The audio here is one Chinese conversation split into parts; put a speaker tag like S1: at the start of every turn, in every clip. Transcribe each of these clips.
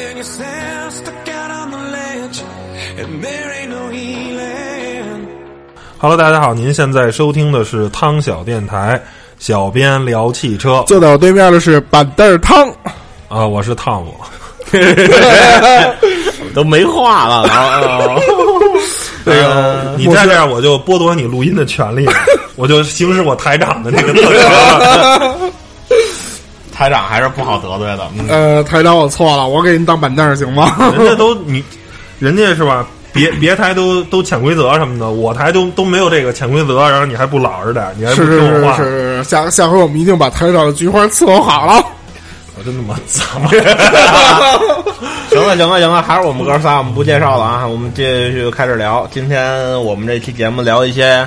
S1: yourself stuck out on the ledge, and there ain't no healing.
S2: Hello，大家好，您现在收听的是汤小电台，小编聊汽车
S3: 坐在我对面的是板凳儿汤，
S2: 啊，我是汤姆。
S4: 都没话 了，哦然后
S2: 这
S4: 呃
S2: 个你再这样，我就剥夺你录音的权利了， 我就行使我台长的那个特权。
S4: 台长还是不好得罪的。嗯
S3: 呃，台长我错了，我给你当板凳儿行吗？
S2: 人家都你，人家是吧？别别台都都潜规则什么的，我台都都没有这个潜规则，然后你还不老实点儿，你还不
S3: 是是
S2: 听我
S3: 是
S2: 话，
S3: 是是，下下回我们一定把台长的菊花伺候好了。
S2: 我真他妈脏！
S4: 行了，行了，行了，还是我们哥仨，我们不介绍了啊，我们继续开始聊。今天我们这期节目聊一些，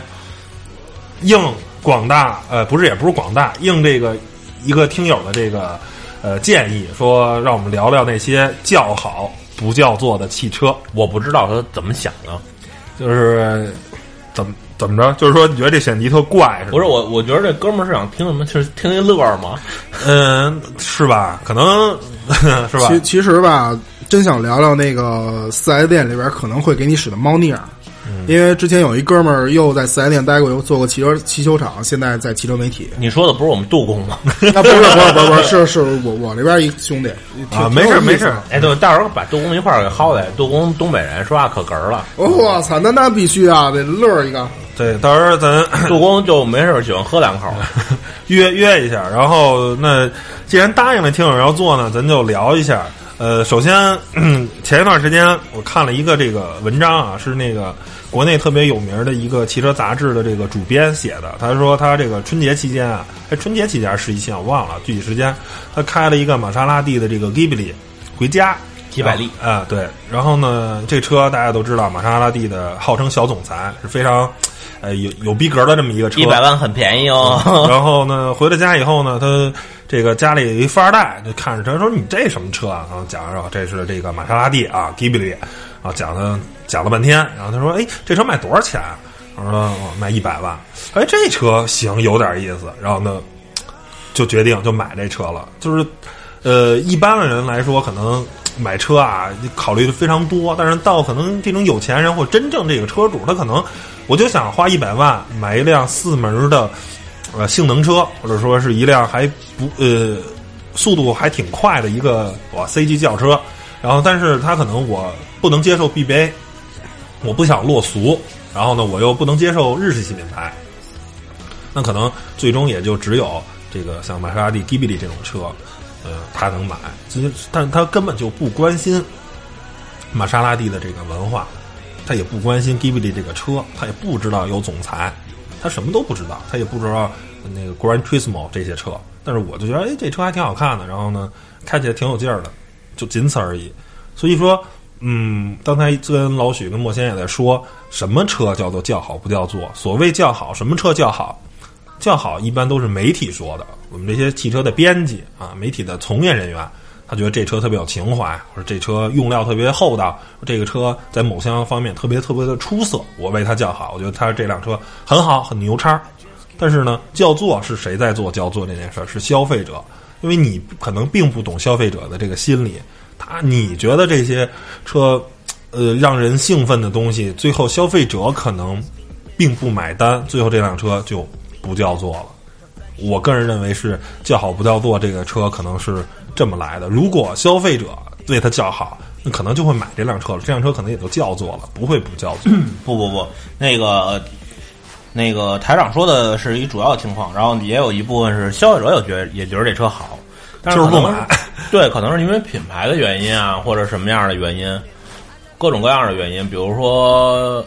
S2: 应广大呃，不是也不是广大，应这个一个听友的这个呃建议，说让我们聊聊那些叫好不叫座的汽车，
S4: 我不知道他怎么想的。
S2: 就是怎么怎么着，就是说你觉得这选题特怪是吧？
S4: 不是我，我觉得这哥们儿是想听什么？就是听一乐儿吗？。
S2: 嗯，是吧？可能 是吧？
S3: 其其实吧，真想聊聊那个四 S 店里边可能会给你使的猫腻儿，因为之前有一哥们儿又在四 S 店待过，又做过汽车汽修厂，现在在汽车媒 体
S4: 你说的不是我们杜工吗？
S3: 那不是不是不是不是，是是我我那边一兄弟挺
S2: 啊，没事没。
S3: 挺有
S2: 事
S3: 意思的，
S4: 哎，对，到时候把杜工一块儿给薅来。杜工东北人，说话可哏儿了。
S3: 我操，那那必须啊，得乐儿一个。
S2: 对，到时候咱
S4: 杜工就没事儿喜欢喝两 口。
S2: 约约一下，然后那既然答应了听友要做呢，咱就聊一下。呃，首先嗯前一段时间我看了一个这个文章啊，是那个国内特别有名的一个汽车杂志的这个主编写的。他说他这个春节期间啊，哎，春节期间还是十一期啊我忘了具体时间，他开了一个玛莎拉蒂的这个 Ghibli 回家。
S4: 几百例
S2: 啊、对。然后呢，这车大家都知道，玛莎拉蒂的号称小总裁是非常，呃，有有逼格的这么一个车，
S4: 一百万很便宜哦。
S2: 然后呢，回到家以后呢，他这个家里有一富二代，就看着他说：“你这什么车啊？”然后讲说：“这是这个玛莎拉蒂啊，Ghibli。”啊，讲他讲了半天，然后他说：“哎，这车卖多少钱啊？”我说：“哦卖一百万。”哎，这车行，有点意思。然后呢，就决定就买这车了。就是，呃，一般的人来说，可能买车啊，考虑的非常多。但是到可能这种有钱人或真正这个车主，他可能我就想花一百万买一辆四门的呃性能车，或者说是一辆还不呃速度还挺快的一个哇 C 级轿车。然后，但是他可能我不能接受 BBA，我不想落俗，然后呢，我又不能接受日系品牌，那可能最终也就只有这个像玛莎拉蒂、Ghibli 这种车，呃，他能买，其实但他根本就不关心玛莎拉蒂的这个文化，他也不关心 Ghibli 这个车，他也不知道有总裁，他什么都不知道，他也不知道那个 Gran Turismo 这些车。但是我就觉得，哎，这车还挺好看的，然后呢，开起来挺有劲儿的，就仅此而已。所以说，嗯，刚才跟老许跟莫先也在说，什么车叫做叫好不叫座？所谓叫好，什么车叫好？叫好一般都是媒体说的，我们这些汽车的编辑啊，媒体的从业人员，他觉得这车特别有情怀，或者这车用料特别厚道，这个车在某项方面特别特别的出色，我为它叫好，我觉得它这辆车很好，很牛叉。但是呢，叫座是谁在做叫座这件事儿？是消费者，因为你可能并不懂消费者的这个心理，他你觉得这些车，呃，让人兴奋的东西，最后消费者可能并不买单，最后这辆车就不叫座了。我个人认为是叫好不叫座，这个车可能是这么来的。如果消费者为它叫好，那可能就会买这辆车了，这辆车可能也就叫座了，不会不叫座。
S4: 不不不，那个呃那个台长说的是一主要情况，然后也有一部分是消费者也觉得也觉得这车好，但是
S2: 就是不
S4: 可能
S2: 买。
S4: 对，可能是因为品牌的原因啊，或者什么样的原因，各种各样的原因，比如说，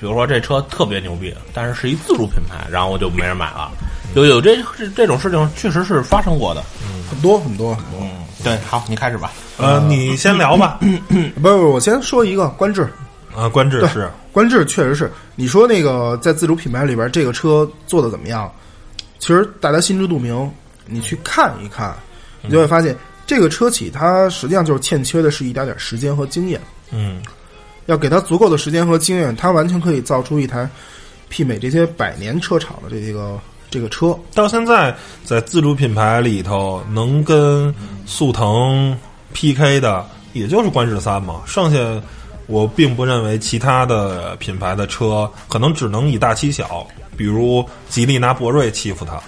S4: 比如说这车特别牛逼，但是是一自主品牌，然后就没人买了。
S2: 嗯
S4: 有有这这这种事情确实是发生过的。
S3: 很多很多很多。
S4: 嗯，对，好，你开始吧。
S2: 呃，你先聊吧。
S3: 不不，不我先说一个观致，
S2: 啊，观致是
S3: 观致确实是你说那个在自主品牌里边这个车做的怎么样？其实大家心知肚明，你去看一看，你就会发现这个车企它实际上就是欠缺的是一点点时间和经验。
S2: 嗯，
S3: 要给它足够的时间和经验，它完全可以造出一台媲美这些百年车厂的这个这个车。
S2: 到现在在自主品牌里头能跟速腾 PK 的，也就是观致三嘛，剩下我并不认为其他的品牌的车可能只能以大欺小，比如吉利拿博瑞欺负它，是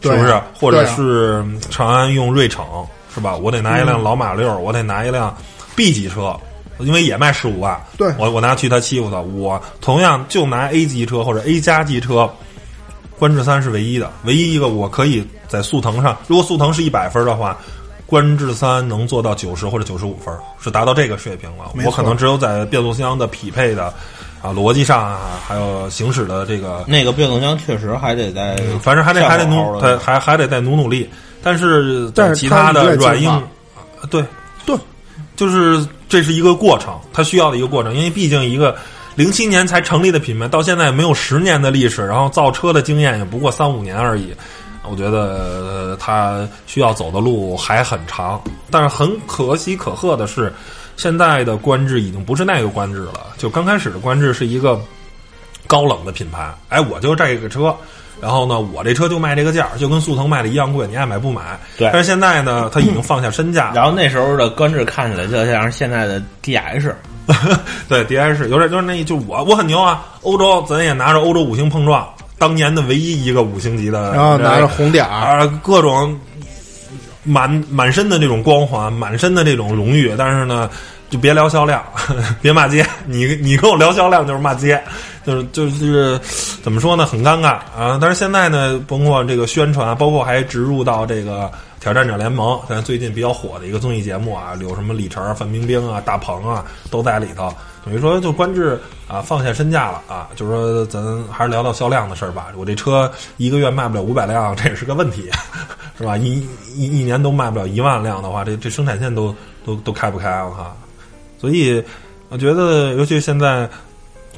S3: 对啊
S2: 不是？或者
S3: 对啊
S2: 是长安用锐骋，是吧？我得拿一辆老马六，
S3: 嗯
S2: 我得拿一辆 B 级车。因为也卖十五万，
S3: 对
S2: 我我拿去他欺负他，我同样就拿 A 级车或者 A 加级车，观致三是唯一的，唯一一个我可以在速腾上，如果速腾是一百分的话，观致三能做到九十或者九十五分，是达到这个水平了
S3: 没。错
S2: 我可能只有在变速箱的匹配的啊逻辑上啊，还有行驶的这个，
S3: 嗯
S4: 那个变速箱确实还得再，
S2: 嗯反正还得还得努，
S4: 再
S2: 对，还还得再努努力。但是在
S3: 但是
S2: 其
S3: 它
S2: 他
S3: 一
S2: 的
S3: 直在进
S2: 软硬
S3: 化，
S2: 啊对
S3: 对，
S2: 就是这是一个过程，它需要的一个过程，因为毕竟一个零七年才成立的品牌，到现在没有十年的历史，然后造车的经验也不过三五年而已。我觉得呃它需要走的路还很长，但是很可喜可贺的是，现在的官制已经不是那个官制了。就刚开始的官制是一个高冷的品牌，哎，我就这个车，然后呢，我这车就卖这个价儿，就跟速腾卖的一样贵，你爱买不买。
S4: 对
S2: 但是现在呢，它已经放下身价了，
S4: 然后那时候的观致看起来就像现在的 DS，
S2: 对，D I 是有点就是那，就我我很牛啊！欧洲咱也拿着欧洲五星碰撞，当年的唯一一个五星级的，
S3: 然后拿着红点儿，
S2: 啊各种满满身的这种光环，满身的这种荣誉，但是呢，就别聊销量， 别骂街，你你跟我聊销量就是骂街，就是就是怎么说呢，很尴尬啊！但是现在呢，包括这个宣传，包括还植入到这个。挑战者联盟，咱最近比较火的一个综艺节目啊，有什么李晨、范冰冰啊、大鹏啊都在里头。等于说，就观致啊放下身价了啊，就是说咱还是聊到销量的事儿吧。我这车一个月卖不了五百辆，这也是个问题，是吧？一一一年都卖不了一万辆的话，这这生产线都都都开不开啊？哈，所以我觉得，尤其现在，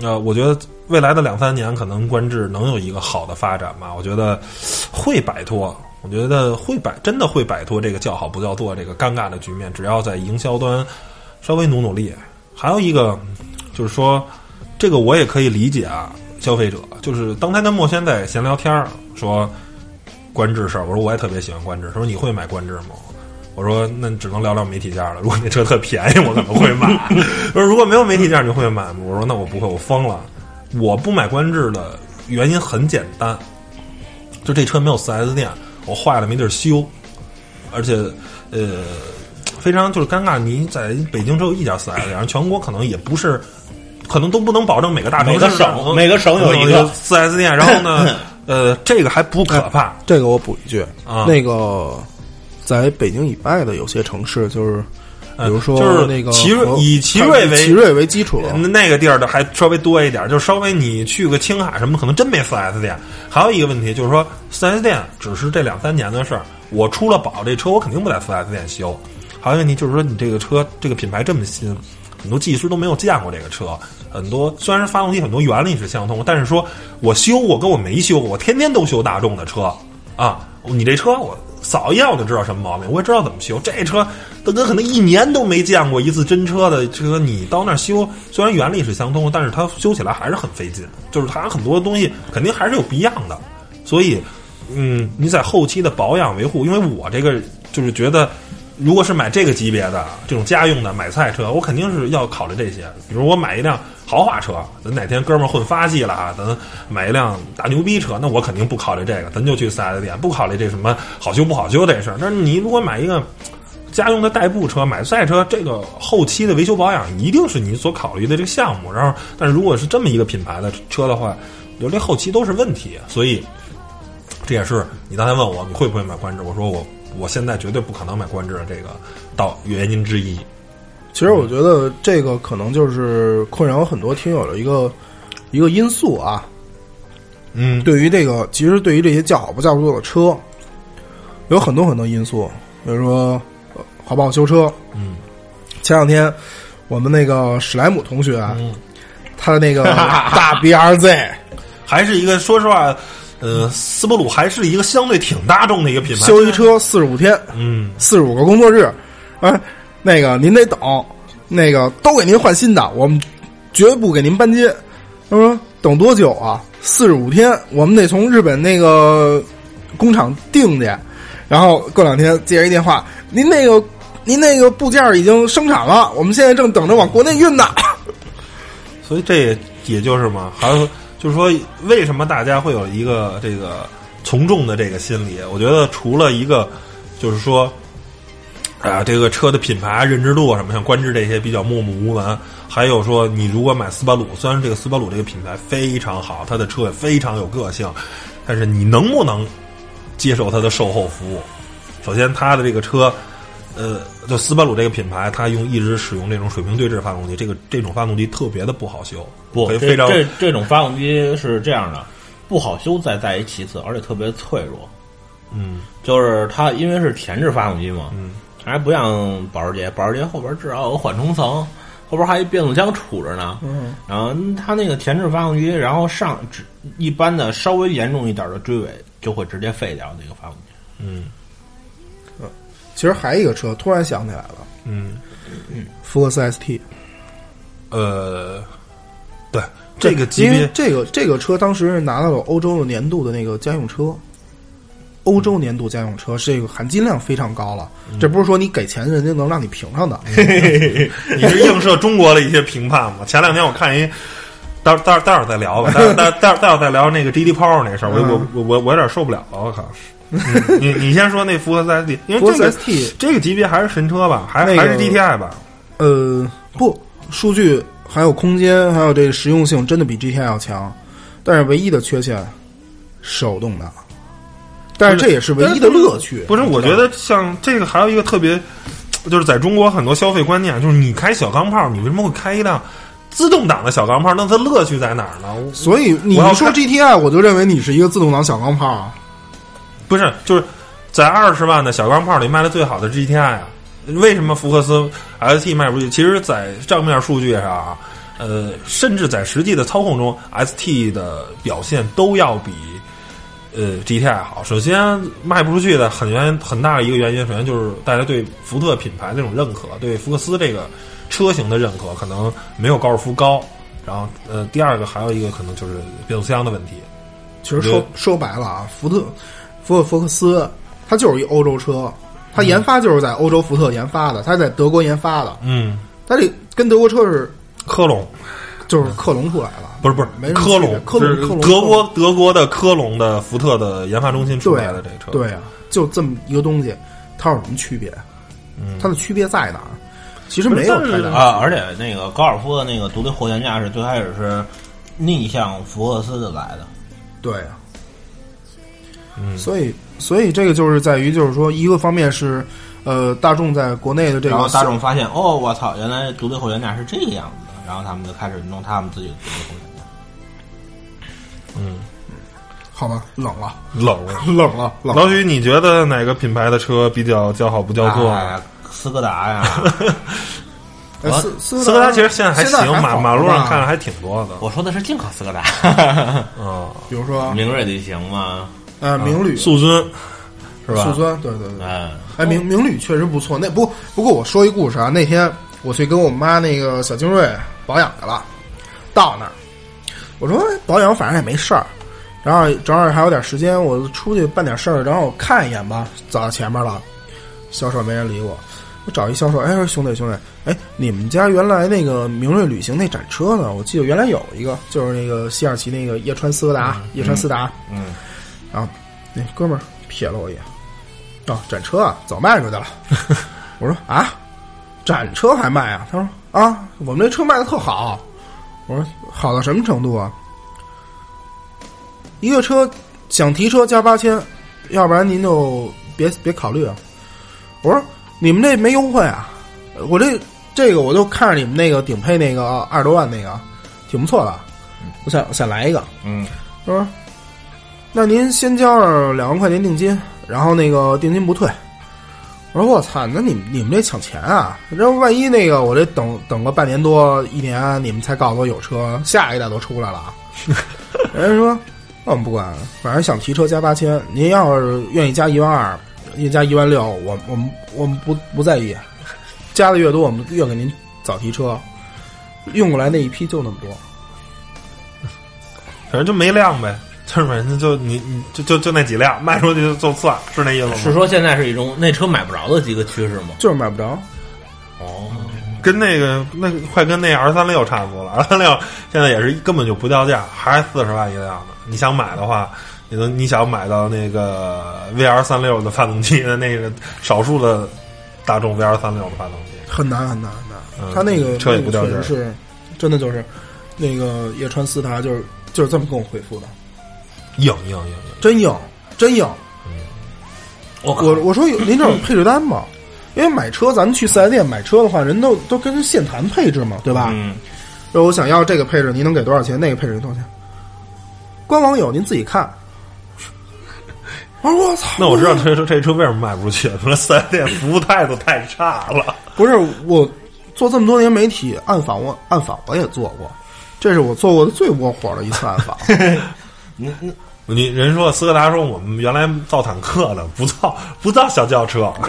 S2: 呃，我觉得未来的两三年，可能观致能有一个好的发展吧。我觉得会摆脱，我觉得会摆，真的会摆脱这个叫好不叫座这个尴尬的局面。只要在营销端稍微努努力，还有一个就是说，这个我也可以理解啊，消费者就是当天跟墨轩在闲聊天儿说官制事儿，我说我也特别喜欢官制，他说你会买官制吗？我说那只能聊聊媒体价了。如果那车特便宜，我可能会买； 我说如果没有媒体价，你会买吗？我说那我不会，我疯了。我不买官制的原因很简单，就这车没有 4S 店，我坏了没地儿修，而且呃非常就是尴尬。你在北京只有一家 4S 店，然后全国可能也不是，可能都不能保证每个大城市
S4: 每个省
S2: 能
S4: 每个省有一个
S2: 能 4S 店。然后 呢，呃，这个还不可怕，
S3: 这个我补一句，
S2: 啊
S3: 那个在北京以外的有些城市，就是比
S2: 嗯
S3: 如说
S2: 就是
S3: 那个
S2: 奇瑞
S3: 和
S2: 以奇瑞为嗯
S3: 奇瑞为基础，
S2: 那那个地儿的还稍微多一点，就稍微你去个青海什么的，可能真没4 S 店。还有一个问题就是说，4 S 店只是这两三年的事儿，我出了保，这车我肯定不在4 S 店修。还有一个问题就是说，你这个车这个品牌这么新，很多技师都没有见过这个车，很多虽然是发动机很多原理是相通，但是说我修我跟我没修，我天天都修大众的车啊，你这车我。扫一眼我就知道什么毛病，我也知道怎么修。这车大哥可能一年都没见过一次真车的车，你到那儿修，虽然原理是相通，但是它修起来还是很费劲，就是它很多东西肯定还是有不一样的。所以，嗯，你在后期的保养维护，因为我这个就是觉得，如果是买这个级别的这种家用的买菜车，我肯定是要考虑这些。比如我买一辆豪华车，咱哪天哥们儿混发迹了啊，咱买一辆大牛逼车，那我肯定不考虑这个，咱就去四 S 店，不考虑这什么好修不好修这事儿。那你如果买一个家用的代步车、买赛车，这个后期的维修保养一定是你所考虑的这个项目。然后，但是如果是这么一个品牌的车的话，有这后期都是问题。所以，这也是你刚才问我你会不会买观致，我说我我现在绝对不可能买观致的这个到原因之一。
S3: 其实我觉得这个可能就是困扰很多听友的一个一个因素啊。
S2: 嗯，
S3: 对于这个，其实对于这些叫好不叫座的车，有很多很多因素，比如说呃好不好修车。
S2: 嗯，
S3: 前两天我们那个史莱姆同学啊，
S2: 嗯
S3: 他的那个大 BRZ
S2: 还是一个说实话，呃，斯波鲁还是一个相对挺大众的一个品牌。
S3: 修一车四十五天，
S2: 嗯，
S3: 四十五个工作日，哎，那个您得等，那个都给您换新的，我们绝不给您搬接。他说等多久啊？四十五天，我们得从日本那个工厂订去。然后过两天接一电话，您那个您那个部件已经生产了，我们现在正等着往国内运呢。
S2: 所以这也就是嘛，还有就是说，为什么大家会有一个这个从众的这个心理？我觉得除了一个就是说。啊，这个车的品牌认知度啊什么，像观致这些比较默默无闻。还有说，你如果买斯巴鲁，虽然这个斯巴鲁这个品牌非常好，它的车也非常有个性，但是你能不能接受它的售后服务？首先，它的这个车，呃，就斯巴鲁这个品牌，它用一直使用这种水平对置发动机，这个这种发动机特别的不好修，
S4: 不，
S2: 哎非非
S4: 这
S2: 常
S4: 这这种发动机是这样的，不好修再在于其次，而且特别脆弱。
S2: 嗯，
S4: 就是它因为是前置发动机嘛，嗯，还不像保时捷，保时捷后边至少有个缓冲层，后边还有一变速箱杵着呢。嗯，然后它那个前置发动机，然后上只一般的稍微严重一点的追尾就会直接废掉那个发动机。
S2: 嗯
S3: 其实还有一个车，突然想起来了，
S2: 嗯，
S3: 福克斯 ST，
S2: 呃，对这个级
S3: 因
S2: 别
S3: 为，这个这个车当时是拿到了欧洲的年度的那个家用车，欧洲年度家用车是这个含金量非常高了，
S2: 嗯
S3: 这不是说你给钱人家能让你评上的，
S2: 你是映射中国的一些评判吗？前两天我看一，待待待会儿再聊吧，待会儿待待待会儿再聊那个 GD Power 那事儿，我
S3: 嗯
S2: 我我我我有点受不了了，我 靠！嗯你你先说那福克斯 ST，因
S3: 福
S2: 为
S3: 克
S2: 这
S3: 斯
S2: 个
S3: ST
S2: 这个级别还是神车吧，还
S3: 那个
S2: 还是 GTI 吧？
S3: 呃，不，数据还有空间，还有这实用性，真的比 GTI 要强。但是唯一的缺陷，手动挡。但是这也是唯一的乐趣。
S2: 不是，我觉得像这个还有一个特别，就是在中国很多消费观念，就是你开小钢炮，你为什么会开一辆自动挡的小钢炮？那它乐趣在哪儿呢？
S3: 所以你
S2: 我要
S3: 一说
S2: 看
S3: GTI，我就认为你是一个自动挡小钢炮啊。
S2: 不是，就是在二十万的小钢炮里卖的最好的 GTI 啊，为什么福克斯 ST 卖不出去？其实，在账面数据上啊，呃，甚至在实际的操控中，ST 的表现都要比呃 GTI 好。首先，卖不出去的很原很大的一个原因，首先就是大家对福特品牌这种认可，对福克斯这个车型的认可，可能没有高尔夫高。然后，呃，第二个还有一个可能就是变速箱的问题。
S3: 其实说
S2: 嗯
S3: 说白了啊，福特福尔福克斯它就是一欧洲车，它研发就是在欧洲福特研发的，它在德国研发的，
S2: 嗯，
S3: 它这跟德国车是
S2: 科隆
S3: 就是克隆出来了。
S2: 嗯不是不是，
S3: 没什么
S2: 科隆
S3: 区别，科隆
S2: 是
S3: 科隆
S2: 德国德国的科隆的福特的研发中心出
S3: 对
S2: 来的这车，
S3: 对啊，就这么一个东西，它有什么区别？
S2: 嗯
S3: 它的区别在哪儿？其实没有
S2: 不是
S3: 太
S2: 但
S3: 大。
S4: 啊，而且那个高尔夫的那个独立后悬架是最开始是逆向福克斯的来的，
S3: 对啊，
S2: 嗯
S3: 所以所以这个就是在于，就是说，一个方面是，呃，大众在国内的这
S4: 然后
S3: 个
S4: 大众发现哦，我操，原来独立后悬架是这个样子的，然后他们就开始弄他们自己的独立后悬架。
S3: 好吧，冷 了，
S2: 冷。
S3: 冷了，冷了。
S2: 老许，你觉得哪个品牌的车比较叫好不叫座？啊
S4: 哎斯柯达呀，
S3: 呃
S4: 我
S3: 斯斯
S2: 斯柯达其实现在还行，马
S3: 好
S2: 马路上
S3: 吧
S2: 看着还挺多的。
S4: 我说的是进口斯柯 达，
S2: 嗯，
S3: 比如说
S4: 明锐旅行嘛，
S3: 呃，明旅、
S2: 啊速尊是吧？
S3: 速尊，对对对，
S4: 嗯，
S3: 哎，明明旅确实不错。那不不过我说一故事啊，那天我去跟我妈那个小精锐保养去了，到那儿我说哎保养反正也没事儿，然后正好还有点时间，我出去办点事儿，然后我看一眼吧，走到前面了，销售没人理我。我找一销售，哎，说兄弟兄弟，哎，你们家原来那个明锐旅行那展车呢？我记得原来有一个，就是那个西尔奇那个叶川斯柯达，叶川斯达，
S4: 嗯，
S3: 然后那哥们儿瞥了我一眼，啊，展车啊，早卖出去了。我说啊，展车还卖啊？他说啊，我们这车卖的特好。我说好到什么程度啊？一个车想提车加八千，要不然您就别别考虑啊。我说你们这没优惠啊？我这这个我就看着你们那个顶配那个二十多万那个，挺不错的，我想想来一个。
S4: 嗯，
S3: 他说：“那您先交上两万块钱定金，然后那个定金不退。”我说：“我操，那你们你们这抢钱啊！这万一那个我这等等个半年多一年，啊你们才告诉我有车，下一代都出来了啊。”人家说：“那我们不管，反正想提车加八千，您要是愿意加一万二，愿意加一万六，我我们我们不不在意，啊加的越多，我们越给您早提车。用过来那一批就那么多。”
S2: 反正就没量呗。就是反正就你你就就就那几辆卖出去就就算是那意思吗？
S4: 是说现在是一种那车买不着的一个趋势吗？
S3: 就是买不着。
S4: 哦，
S2: 跟那个那个快跟那 R 三六差不多了，R 三六现在也是根本就不掉价，还四十万一辆呢。你想买的话，你能你想买到那个 VR 三六的发动机的那个少数的大众 VR 三六的发动机，
S3: 很难很难很难
S2: 嗯。
S3: 他那个
S2: 车也
S3: 那
S2: 不
S3: 个
S2: 掉
S3: 确
S2: 价
S3: 实是，真的就是，那个叶川斯达就是就是这么跟我回复的，
S2: 硬硬硬硬，
S3: 真硬真硬。
S2: 嗯
S4: 我靠
S3: 我我说有您这有配置 单吗？因为买车咱们去四 S 店买车的话，人都都跟人现谈配置嘛，对吧？
S4: 嗯，
S3: 说我想要这个配置，您能给多少钱？那个配置您多少钱？官网有，您自己 看。我说我操！
S2: 那我知道这车这车为什么卖不出去，说四 S 店服务态度太差了。
S3: 不是我做这么多年媒体暗访我，暗访我也做过，这是我做过的最窝火的一次暗访。
S2: 你人说斯柯达说我们原来造坦克的，不造不造小轿车，我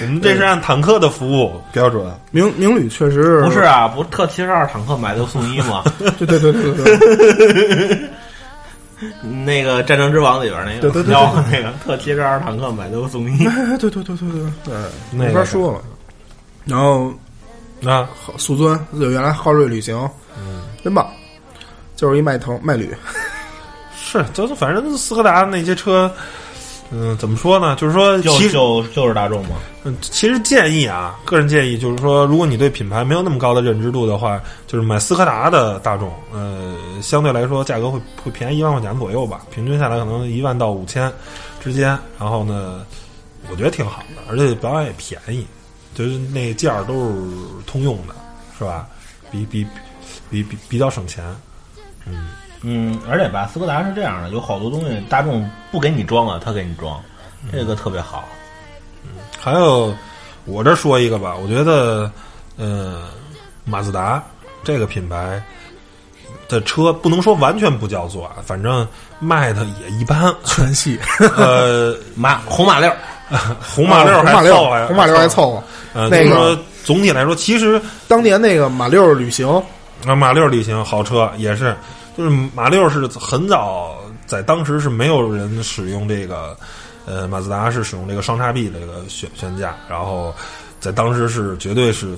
S2: 们这是按坦克的服务标准。
S3: 明明旅确实
S4: 不是啊，不是特七十二坦克买六送一 吗？
S3: 对对对对对对，
S4: 那个《战争之王》里边那个，
S3: 对对对
S4: 吆喝那个特七十二坦克买六送 一，
S3: 哎对对对对对对，
S2: 那个
S3: 没法说了。然后
S2: 啊，
S3: 好素尊就原来昊锐旅行，
S2: 嗯
S3: 真棒，就是一迈腾迈旅，
S2: 是，就是反正斯柯达那些车，嗯、怎么说呢？就是说，
S4: 就
S2: 其实
S4: 就就是大众嘛。
S2: 嗯其实建议啊，个人建议就是说，如果你对品牌没有那么高的认知度的话，就是买斯柯达的大众，呃，相对来说价格会会便宜一万块钱左右吧，平均下来可能一万到五千之间。然后呢，我觉得挺好的，而且保养也便宜，就是那件儿都是通用的，是吧？比比比比比较省钱。
S4: 嗯，而且吧，斯柯达是这样的，有好多东西大众不给你装啊，他给你装，这个特别好。
S2: 还有，我这说一个吧，我觉得，呃，马自达这个品牌的车不能说完全不叫座啊，反正卖的也一般。
S3: 全系
S2: 呃，
S4: 马红马六，
S2: 红马六
S3: 红马
S2: 还
S3: 六
S2: 凑合，
S3: 红马六还。凑合。
S2: 呃，
S3: 那
S2: 就是
S3: 个
S2: 说总体来说，其实
S3: 当年那个马六旅行，
S2: 啊，马六旅行好车也是，就是马六是很早在当时是没有人使用这个，呃，马自达是使用这个双叉臂的这个悬悬架，然后在当时是绝对是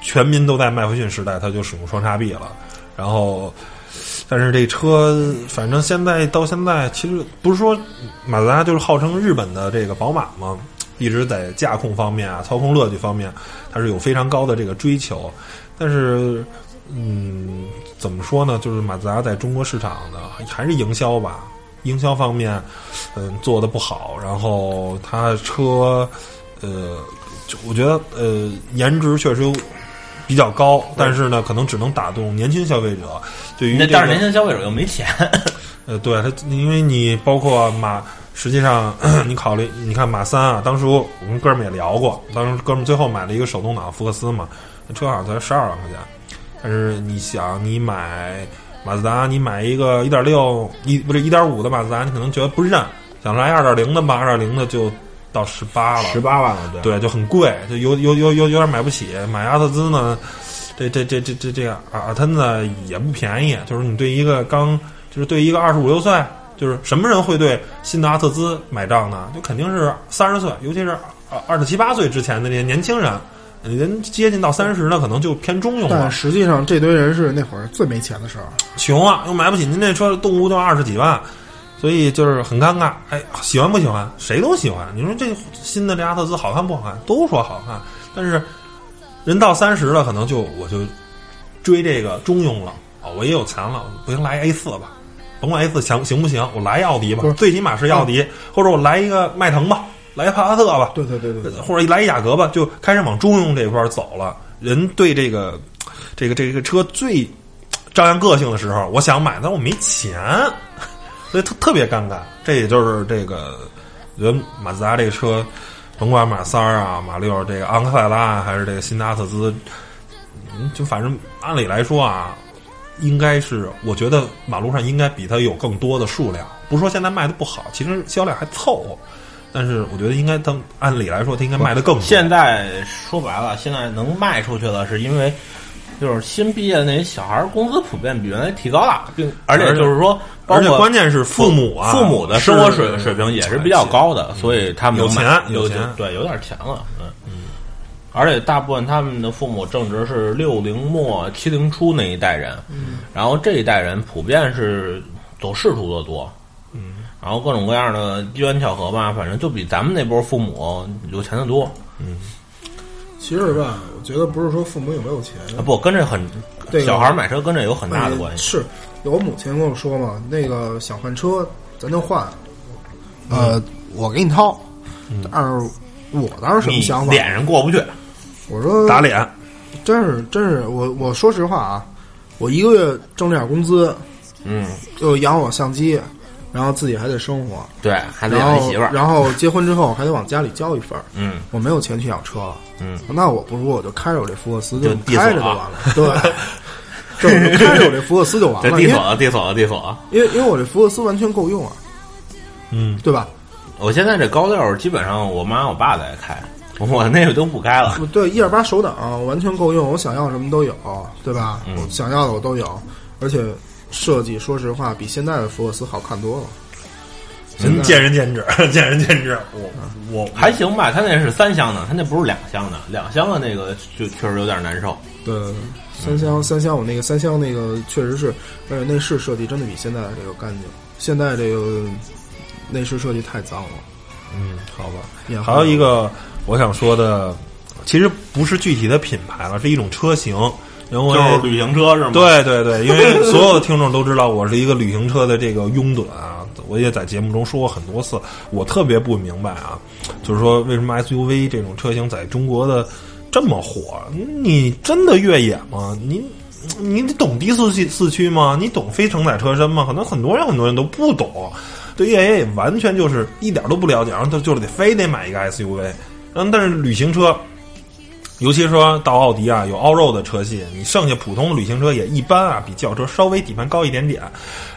S2: 全民都在麦弗逊时代，它就使用双叉臂了，然后。但是这车，反正现在到现在，其实不是说马自达就是号称日本的这个宝马嘛，一直在驾控方面啊、操控乐趣方面，它是有非常高的这个追求。但是，嗯，怎么说呢？就是马自达在中国市场呢，还是营销吧，营销方面，嗯，做的不好。然后它车，呃，就我觉得，呃，颜值确实有比较高，但是呢，可能只能打动年轻消费者。对于、
S4: 那
S2: 这个、
S4: 但是年轻消费者又没钱，
S2: 呃，对它，因为你包括马，实际上你考虑，你看马三啊，当时我我跟哥们儿也聊过，当时哥们儿最后买了一个手动挡福克斯嘛，那车好像才十二万块钱，但是你想，你买马自达，你买一个一点六一不是一点五的马自达，你可能觉得不认，想来二点零的吧，二点零的就到十八了，
S4: 八万 了，对
S2: 对，就很贵，就有有有有有点买不起。买阿特兹呢，这这这这这这个阿阿腾呢也不便宜。就是你对一个刚，就是对一个二十五六岁，就是什么人会对新的阿特兹买账呢？就肯定是三十岁，尤其是二二十七八岁之前的这些年轻人，人接近到三十呢，可能就偏中庸
S3: 但
S2: 了，
S3: 实际上这堆人是那会儿最没钱的时候。
S2: 穷啊，又买不起。您这车动辄就二十几万。所以就是很尴尬，哎，喜欢不喜欢？谁都喜欢。你说这新的这阿特兹好看不好看？都说好看，但是人到三十了，可能就我就追这个中庸了啊、我也有钱了，不行来 A 四吧，甭管 A 四行行不行，我来奥迪吧
S3: 不是，嗯
S2: 最起码是奥迪，或者我来一个迈腾吧，来一帕萨特吧，
S3: 对对对对对，
S2: 或者来一雅阁吧，就开始往中庸这块儿走了。人对这个这个这个车最张扬个性的时候，我想买，但我没钱， 所以特特别尴尬。这也就是这个人马自达这个车，甭管马三儿啊、马六儿这个昂克赛拉啊还是这个新的阿特兹，嗯就反正按理来说啊。应该是，我觉得马路上应该比它有更多的数量。不是说现在卖的不好，其实销量还凑合。但是我觉得应该，当按理来说，它应该卖的更多。
S4: 现在说白了，现在能卖出去了，是因为就是新毕业的那些小孩儿工资普遍比原来提高了，并而且
S2: 而且
S4: 就是说，包
S2: 而且
S4: 括
S2: 关键是父母啊，
S4: 父母的生活水
S2: 是
S4: 水平也是比较高的，所以他们
S2: 有
S4: 能买
S2: 钱有
S4: 有
S2: 钱
S4: 对，有点钱了，嗯而且大部分他们的父母正值是六零末七零初那一代人，嗯，然后这一代人普遍是走仕途的多，嗯，然后各种各样的机缘巧合吧，反正就比咱们那波父母有钱的多。
S5: 其实吧，我觉得不是说父母有没有钱，
S4: 啊不，跟这很
S3: 嗯对
S4: 小孩买车跟这有很大的关系。
S3: 是我母亲跟我说嘛，那个想换车，咱就换。
S4: 嗯
S3: 呃，我给你掏。但是我当时什
S4: 你
S3: 么想法？
S4: 脸上过不去，
S3: 我说
S2: 打脸，
S3: 真是真是，我我说实话啊，我一个月挣这点工资，
S4: 嗯，
S3: 又养我相机，然后自己还得生活，
S4: 对，还得
S3: 然
S4: 养一
S3: 后
S4: 媳妇儿，
S3: 然后结婚之后还得往家里交一份儿，
S4: 嗯，
S3: 我没有钱去养车了，
S4: 嗯，
S3: 那我不如我就开着我这福克斯
S4: 就
S3: 就
S4: 地锁
S3: 开着就完了，对。对，我就开着我这福克斯就完
S4: 这
S3: 了，
S4: 地
S3: 因
S4: 锁
S3: 为
S4: 了，地锁了，地锁了。
S3: 因为因为我这福克斯完全够用啊，
S2: 嗯，
S3: 对吧？
S4: 我现在这高六基本上我妈我爸在开， 我那个都不开了。
S3: 对，一二八手挡完全够用，我想要什么都有，对吧？
S4: 嗯
S3: 我想要的我都有，而且设计说实话比现在的福克斯好看多了。
S4: 嗯
S2: 您见仁见智， 见仁见智。我我
S4: 还行吧，他那是三厢的，他那不是两厢的，两厢的那个就确实有点难受。
S3: 对，三厢三厢，我那个三厢那个确实是，而且内饰设计真的比现在的这个干净。现在这个内饰设计太脏了。
S2: 嗯，好吧。
S3: 眼红
S2: 还有一个我想说的，其实不是具体的品牌了，是一种车型，因为
S4: 就是旅行车是吗？，
S2: 对对对，因为所有的听众都知道我是一个旅行车的这个拥趸啊， 我也在节目中说过很多次，我特别不明白啊，就是说为什么 SUV 这种车型在中国的这么火？你真的越野吗？你你懂低速系四驱吗？你懂非承载车身吗？可能很多人很多人都不懂，对越野也完全就是一点都不了解，然后他就是得非得买一个 SUV。嗯，但是旅行车尤其说到奥迪啊，有 Allroad 的车系，你剩下普通的旅行车也一般啊，比轿车稍微底盘高一点点。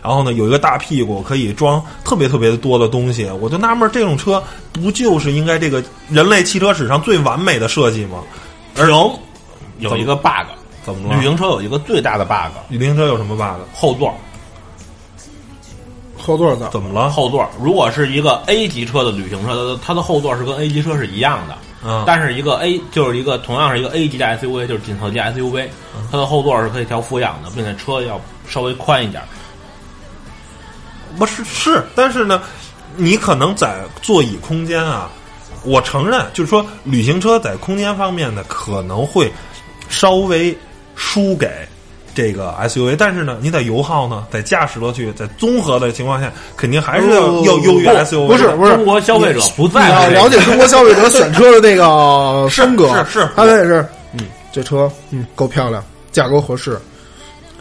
S2: 然后呢，有一个大屁股可以装特别特别多的东西，我就纳闷儿，这种车不就是应该这个人类汽车史上最完美的设计吗？
S4: 而有一个 bug，
S2: 怎么了？
S4: 旅行车有一个最大的 bug，
S2: 旅行车有什么 bug？
S4: 后座，
S3: 后座脏，
S2: 怎么了？
S4: 后座。如果是一个 A 级车的旅行车，它的它的后座是跟 A 级车是一样的，
S2: 嗯
S4: 但是一个 A 就是一个同样是一个 A 级的 SUV，就是紧凑级 SUV，它的后座是可以调俯仰的，并且车要稍微宽一点。
S2: 不是是，但是呢，你可能在座椅空间啊，我承认，就是说旅行车在空间方面呢，可能会稍微输给这个 SUV，但是呢，你在油耗呢，在驾驶乐趣，在综合的情况下，肯定还是要、
S3: 不
S2: 要优于
S3: 不
S2: SUV 的。
S3: 不是不是
S4: 中国消费者不
S3: 你
S4: 在
S3: 要了
S4: 乎这个
S3: 解中国消费者选车的那个风格，
S2: 是是
S3: 他也是，嗯，这车嗯够漂亮，价格合适，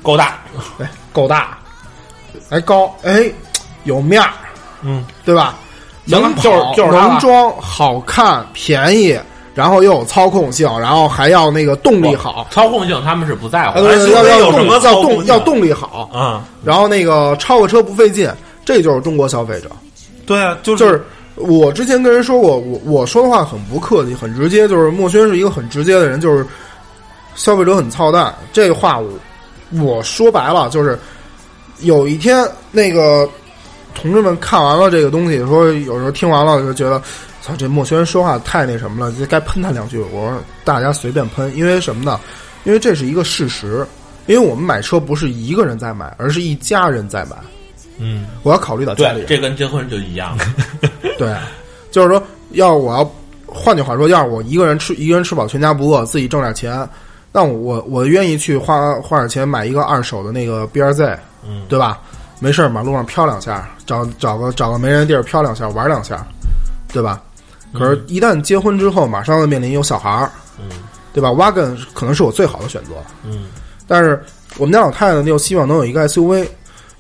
S4: 够大，
S3: 哎，够大，还高，哎，有面儿，
S2: 嗯，
S3: 对吧？
S4: 行了
S3: 能跑
S4: 就是就是它了
S3: 能装，好看，便宜，然后又有操控性，然后还要那个动力
S2: 哦
S3: 好，
S4: 操控性他们是不在乎
S3: 呃
S4: 的。
S2: SUV
S3: 要要
S2: 有什
S3: 动
S2: 么
S3: 要
S2: 操控
S3: 动
S2: 性
S3: 要动力好，
S2: 啊，
S3: 然后那个超个车不费劲，这就是中国消费者。
S2: 对啊，就是
S3: 就是我之前跟人说过，我我说的话很不客气，很直接。就是墨轩是一个很直接的人，就是消费者很操蛋。这话我我说白了，就是有一天那个同志们看完了这个东西，说有时候听完了就觉得。操，这墨轩说话太那什么了，就该喷他两句。我说大家随便喷，因为什么呢？因为这是一个事实。因为我们买车不是一个人在买，而是一家人在买。
S2: 嗯，
S3: 我要考虑到家里人。
S4: 对，这跟结婚就一样。
S3: 对，就是说，要我要，换句话说，要是我一个人吃一个人吃饱全家不饿，自己挣点钱，那我我愿意去花花点钱买一个二手的那个 BRZ，
S2: 嗯，
S3: 对吧？没事儿，马路上飘两下，找找个找个没人的地儿飘两下，玩两下，对吧？可是，一旦结婚之后，马上要面临有小孩儿，
S2: 嗯，
S3: 对吧？Wagon 可能是我最好的选择，
S2: 嗯，
S3: 但是我们家老太太呢，就希望能有一个 SUV，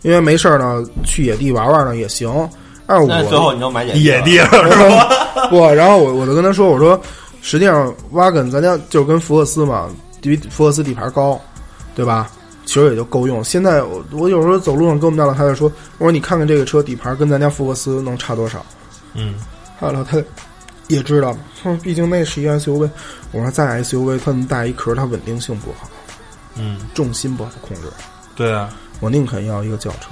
S3: 因为没事儿呢，去野地玩玩呢也行。但是我
S4: 那最后你就买野
S2: 野
S4: 地
S2: 地 了是吧？
S3: 不，然后我我就跟他说，我说实际上挖根咱家就是跟福克斯嘛，比福克斯底盘高，对吧？其实也就够用。现在我我有时候走路上跟我们家老太太说，我说你看看这个车底盘跟咱家福克斯能差多少？
S2: 嗯，
S3: 后来他也知道，说毕竟那是一 SUV。我说再 SUV，它那么大一壳，它稳定性不好。
S2: 嗯，
S3: 重心不好控制，
S2: 对啊，
S3: 我宁肯要一个轿车。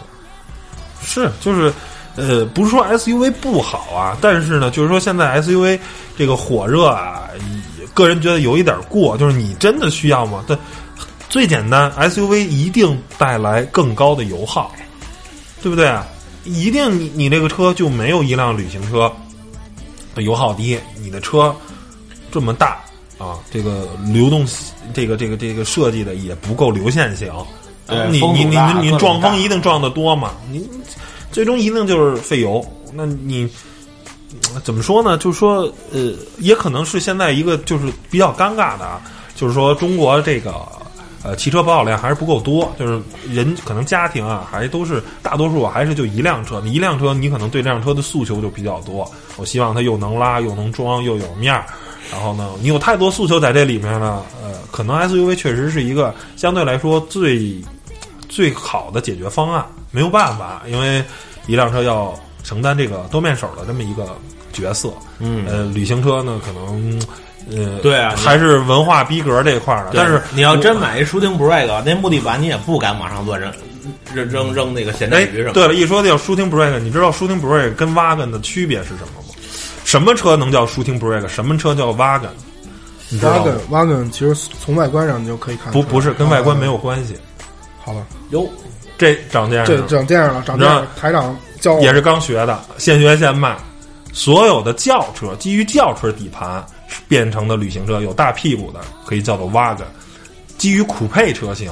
S2: 是就是，呃，不是说 SUV 不好啊，但是呢，就是说现在 SUV 这个火热啊，也个人觉得有一点过，就是你真的需要吗？但最简单，SUV 一定带来更高的油耗，对不对？一定你你这个车就没有一辆旅行车的油耗低，你的车这么大啊，这个流动这个这个这个设计的也不够流线型。
S4: 对
S2: 你
S4: 风
S2: 你
S4: 阻
S2: 你
S4: 大
S2: 你
S4: 各种
S2: 你撞
S4: 大
S2: 风一定撞得多嘛？你最终一定就是费油。那你呃怎么说呢？就是说，呃，也可能是现在一个就是比较尴尬的啊，就是说中国这个呃汽车保有量还是不够多，就是人可能家庭啊还都是大多数啊还是就一辆车，你一辆车你可能对这辆车的诉求就比较多，我希望它又能拉又能装又有面儿。然后呢，你有太多诉求在这里面了，呃，可能 SUV 确实是一个相对来说最最好的解决方案，没有办法，因为一辆车要承担这个多面手的这么一个角色。
S4: 嗯
S2: 呃，旅行车呢，可能呃，
S4: 对啊
S2: 还是文化逼格这块儿的。但是
S4: 你要真买一舒婷 Brag，那木地板你也不敢往上乱扔扔扔扔那个咸
S2: 哎
S4: 带鱼什么，的。
S2: 对了，一说叫舒婷 Break，你知道舒婷 Break 跟 Wagon 的区别是什么吗？什么车能叫舒婷 Break？什么车叫 Wagon？你知道吗
S3: wagon wagon 其实从外观上你就可以看出
S2: 不
S3: 来，
S2: 不是跟外观没有
S3: 啊
S2: 关系，
S3: 好了，
S4: 哟，
S2: 这长这样
S3: 这
S2: 呢
S3: 长这样了，长这样了
S2: 你，
S3: 台长教我
S2: 也是刚学的，现学现卖。所有的轿车基于轿车底盘变成的旅行车，有大屁股的可以叫做 wagon，基于酷配车型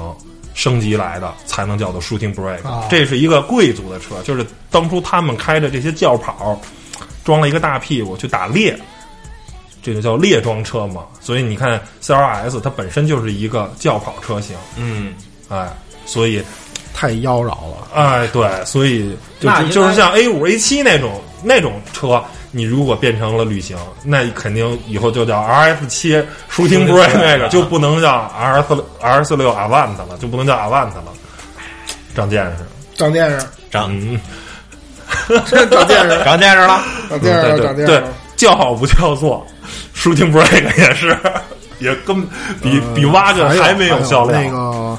S2: 升级来的才能叫做 shooting brake、
S3: 哦
S2: 这是一个贵族的车，就是当初他们开的这些轿跑，装了一个大屁股去打猎，这就叫猎装车嘛。所以你看 CLS 它本身就是一个轿跑车型，
S4: 嗯，
S2: 哎，所以
S3: 太妖娆了，
S2: 哎，对，所以就
S4: 那应该
S2: 就是像 A 五、A 七那种那种车，你如果变成了旅行，那肯定以后就叫 RF 七舒婷 b r 那个，就不能叫 R 四 R 四六 Avant 了，就不能叫 Avant 了。长见识，
S3: 长见识，
S4: 长
S2: 嗯，
S3: 真长见识，
S4: 长见识了，
S3: 长见识
S2: 嗯对
S3: 了，
S2: 对
S3: 长见识
S2: 对
S3: 了。，
S2: 叫好不叫座，舒婷 b r 也是， 也根比比挖个
S3: 还
S2: 还没有销
S3: 那
S2: 量。
S3: 个，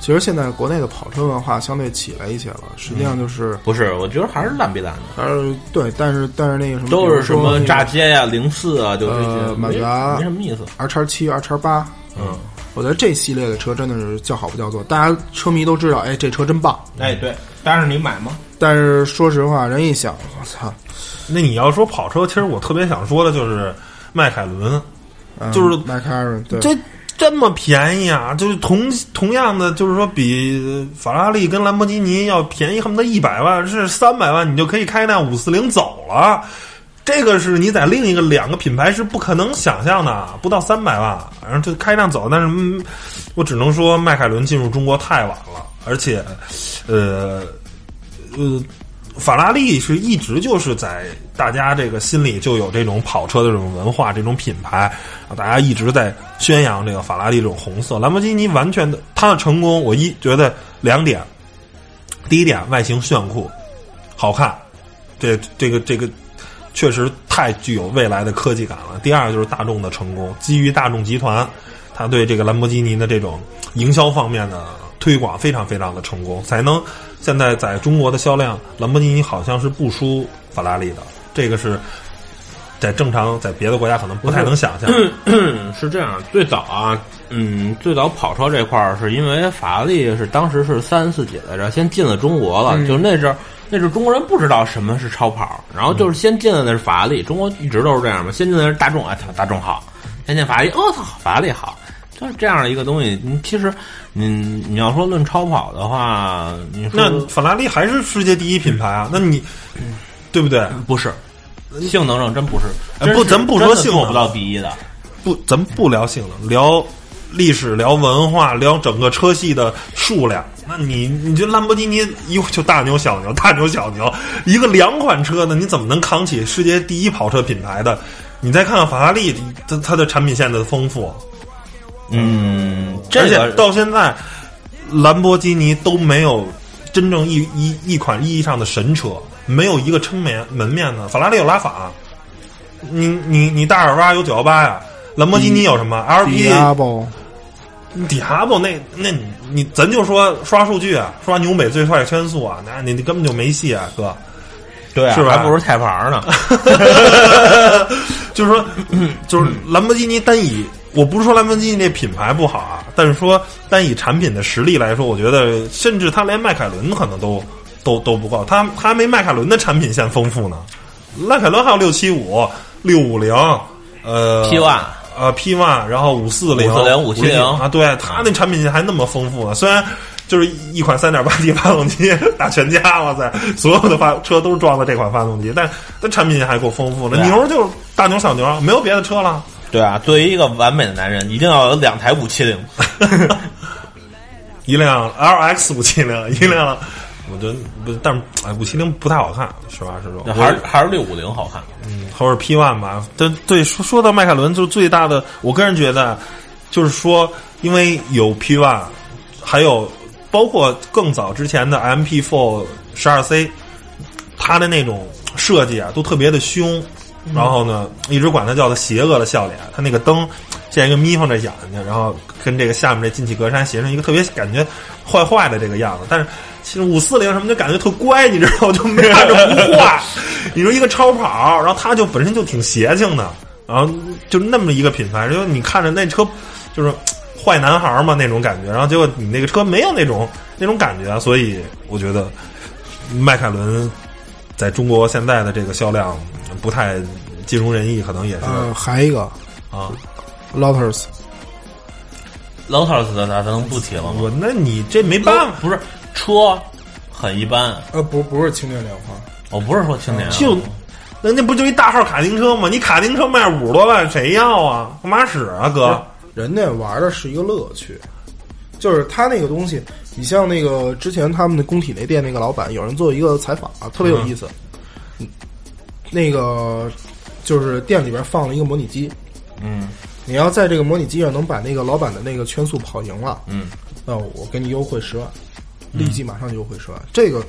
S3: 其实现在国内的跑车文化相对起来一些了，实际
S2: 嗯
S3: 上就是
S4: 不是，我觉得还是烂逼烂的，
S3: 还是对，但是但是那个什么，
S4: 都是
S3: 比
S4: 什
S3: 如说
S4: 么
S3: 那个
S4: 炸街呀、零四啊，就这些，
S3: 呃
S4: 没
S3: 马自达
S4: 没什么意思。
S3: R 叉七、R 叉八，
S2: 嗯，
S3: 我觉得这系列的车真的是叫好不叫座，大家车迷都知道，哎，这车真棒。
S4: 哎，对，但是你买吗？
S3: 但是说实话，人一想，我操，
S2: 那你要说跑车，其实我特别想说的就是迈凯伦。
S3: 嗯
S2: 就是
S3: 迈凯伦，对，
S2: 这这么便宜啊！就是同同样的，就是说比法拉利跟兰博基尼要便宜，恨不得一百万，是三百万，你就可以开一辆五四零走了。这个是你在另一个两个品牌是不可能想象的，不到三百万，然后就开一辆走。但是、嗯我只能说，迈凯伦进入中国太晚了，而且，呃，呃，法拉利是一直就是在大家这个心里就有这种跑车的这种文化、这种品牌，啊大家一直在宣扬这个法拉利这种红色。兰博基尼完全的，它的成功，我一觉得两点，第一点外形炫酷，好看，这这个这个确实太具有未来的科技感了。第二就是大众的成功，基于大众集团，他对这个兰博基尼的这种营销方面的推广非常非常的成功，才能现在在中国的销量，兰博基尼好像是不输法拉利的，这个是。在正常，在别的国家可能不太能想象。
S4: 嗯是这样，最早啊，嗯，最早跑车这块儿是因为法拉利是当时是三四几来着，先进了中国
S2: 嗯
S4: 了，就那阵儿。那阵儿中国人不知道什么是超跑，然后就是先进的那是法拉利，中国一直都是这样嘛。先进的是大众，哎，操，大众好；先进法拉利，哦，操，法拉利好，就是这样的一个东西。你其实，你你要说论超跑的话，你说
S2: 那法拉利还是世界第一品牌啊？那你对不对？
S4: 不是性能上真不是，
S2: 哎
S4: 真
S2: 不
S4: 是
S2: 咱不说
S4: 真的
S2: 性
S4: 做
S2: 能
S4: 不到第一的，嗯
S2: 不，咱们不聊性能，聊历史，聊文化，聊整个车系的数量。那你你这兰博基尼一就大牛小牛，大牛小牛，一个两款车呢，你怎么能扛起世界第一跑车品牌的？你再看看法拉利，它它的产品线的丰富，
S4: 嗯，
S2: 而
S4: 这
S2: 且
S4: 个
S2: 到现在，兰博基尼都没有真正一一一款意义上的神车，没有一个撑门门面的。法拉利有拉法，
S4: 嗯
S2: 你你你大耳挖有九幺八呀，兰博基尼有什么 L
S3: 迪
S2: P
S3: 亚 b
S2: 底哈布那那你你咱就说刷数据啊，刷纽美最快圈速啊，那你你根本就没戏啊，哥。
S4: 对啊，
S2: 是吧
S4: 还不如菜牌呢。
S2: 就是说，就是兰博基尼单以，我不是说兰博基尼这品牌不好啊，但是说单以产品的实力来说，我觉得甚至它连迈凯伦可能都都都不够，它它还没迈凯伦的产品线丰富呢。迈凯伦还有六七五、六五零，呃
S4: P1
S2: 呃 P one，然后五四零、
S4: 540 570
S2: 啊，对，它那产品线还那么丰富呢。啊虽然就是一款三点八 T 发动机打全家，哇塞，所有的发车都装的这款发动机，但但产品线还够丰富的。
S4: 对啊
S2: 牛儿就是大牛小牛儿，没有别的车了。
S4: 对啊，作为一个完美的男人，一定要有两台 五七零。
S2: 一辆 LX 五七零，一辆，
S4: 嗯
S2: 我觉得不，但是哎，五七零不太好看，实话实说，
S4: 还是还是六五零好看。
S2: 嗯或者 P one 吧。但对说说到迈凯伦，就是最大的，我个人觉得，就是说，因为有 P one，还有包括更早之前的 MP four 十二 C，它的那种设计啊，都特别的凶。然后呢，一直管它叫做邪恶的笑脸。它那个灯像一个眯缝着眼睛，然后跟这个下面这进气格栅形成一个特别感觉坏坏的这个样子。但是其实五四零什么就感觉特乖，你知道吗，就没看着不坏。你说一个超跑，然后它就本身就挺邪性的，然后就那么一个品牌，就是你看着那车就是坏男孩嘛那种感觉，然后结果你那个车没有那种那种感觉，啊所以我觉得迈凯伦在中国现在的这个销量不太尽如人意，可能也是、
S3: 呃，还一个
S2: 嗯啊。
S3: Lotus，
S4: Lotus 的咱能不提了吗？
S2: 我那你这没办法，
S4: 不是车很一般，
S5: 呃，不，不是青年莲花，
S4: 我不是说青年啊，
S2: 就那那不就一大号卡丁车吗？你卡丁车卖五十多万，谁要啊？干嘛使啊，哥？
S3: 人家玩的是一个乐趣，就是他那个东西，你像那个之前他们的工体那店那个老板，有人做一个采访啊，特别有意思。嗯那个就是店里边放了一个模拟机，
S4: 嗯，
S3: 你要在这个模拟机上能把那个老板的那个圈速跑赢了，
S4: 嗯，
S3: 那我给你优惠十万，立即马上就优惠十万。这个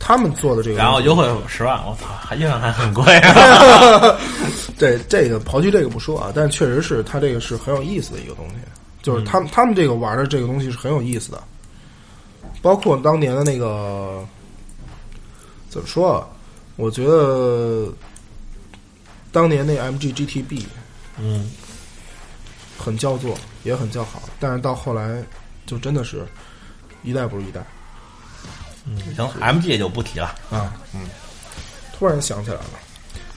S3: 他们做的这个，
S4: 然后优惠十万，我操，还依然还很贵啊。
S3: 对这个刨去这个不说啊，但确实是它这个是很有意思的一个东西，就是他们、他们这个玩的这个东西是很有意思的，包括当年的那个怎么说啊？我觉得当年那 MG GTB，
S2: 嗯，
S3: 很叫座，也很叫好，但是到后来就真的是一代不如一代
S4: 行，MG 就不提了。
S3: 啊，嗯，突然想起来了，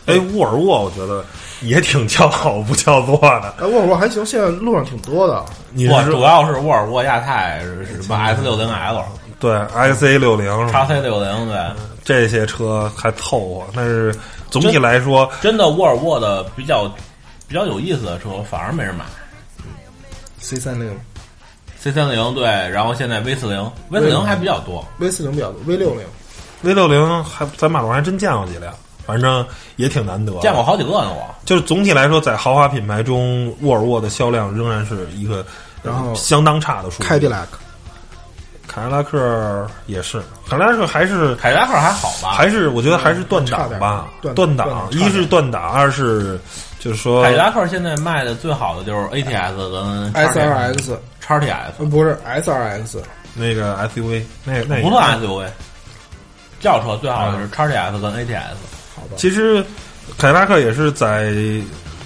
S2: 哎，沃尔沃我觉得也挺叫好不叫座的。
S3: 哎，沃尔沃还行，现在路上挺多的，啊
S2: 你
S4: 我
S2: 是嗯
S4: 主要是沃尔沃亚太是吧？S 六零 L、
S2: 对 XC 六零
S4: 叉 C 六零对，
S2: 这些车还凑合，但是总体来说，
S4: 真的沃尔沃的比较比较有意思的车反而没人买。
S3: C 三零、
S4: C 三零对，然后现在 V 四零，V 四零还比较多。
S3: V 四零比较多，V 六零。
S2: V 六零还在马路上还真见过几辆，反正也挺难得。
S4: 见过，好几个呢，我
S2: 就是总体来说，在豪华品牌中，沃尔沃的销量仍然是一个
S3: 然后
S2: 相当差的数字。
S3: 凯迪拉克，
S2: 凯迪拉克也是，凯迪拉克还是
S4: 凯迪拉克还好吧？
S2: 还是我觉得还是断档吧
S3: 嗯差，点断
S2: 断档
S3: 断，档
S2: 一是断档，二是就是说
S4: 凯迪拉克现在卖的最好的就是 ATS 跟
S3: S R X，
S4: 叉 TS，
S3: 呃不是 S R X，
S2: 那个 SUV 那那也
S4: 不算 SUV。轿车最好的是叉 TS 跟 ATS，
S2: 其实凯迪拉克也是在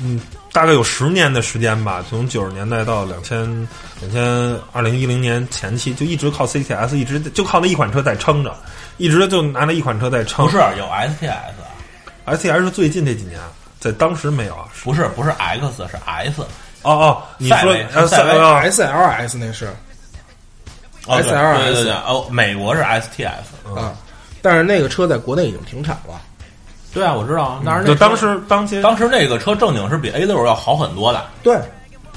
S2: 嗯大概有十年的时间吧，从九十年代到两千两千二零一零年前期，就一直靠 CTS，一直就靠那一款车在撑着，一直就拿那一款车在撑。
S4: 不是有 STS，
S2: STS 是最近这几年，在当时没有啊。
S4: 不是不是 X 是 S，
S2: 哦哦，你说
S4: 赛威
S2: 呃
S4: 赛威
S2: 威啊
S3: S L S 那是
S4: 哦对
S3: SLS
S4: 对对对哦，美国是 STS，
S3: 啊，但是那个车在国内已经停产了，
S4: 对啊，我知道啊，但是那
S2: 就
S4: 车
S2: 当时当时
S4: 当时那个车正经是比 A 六要好很多的，
S3: 对，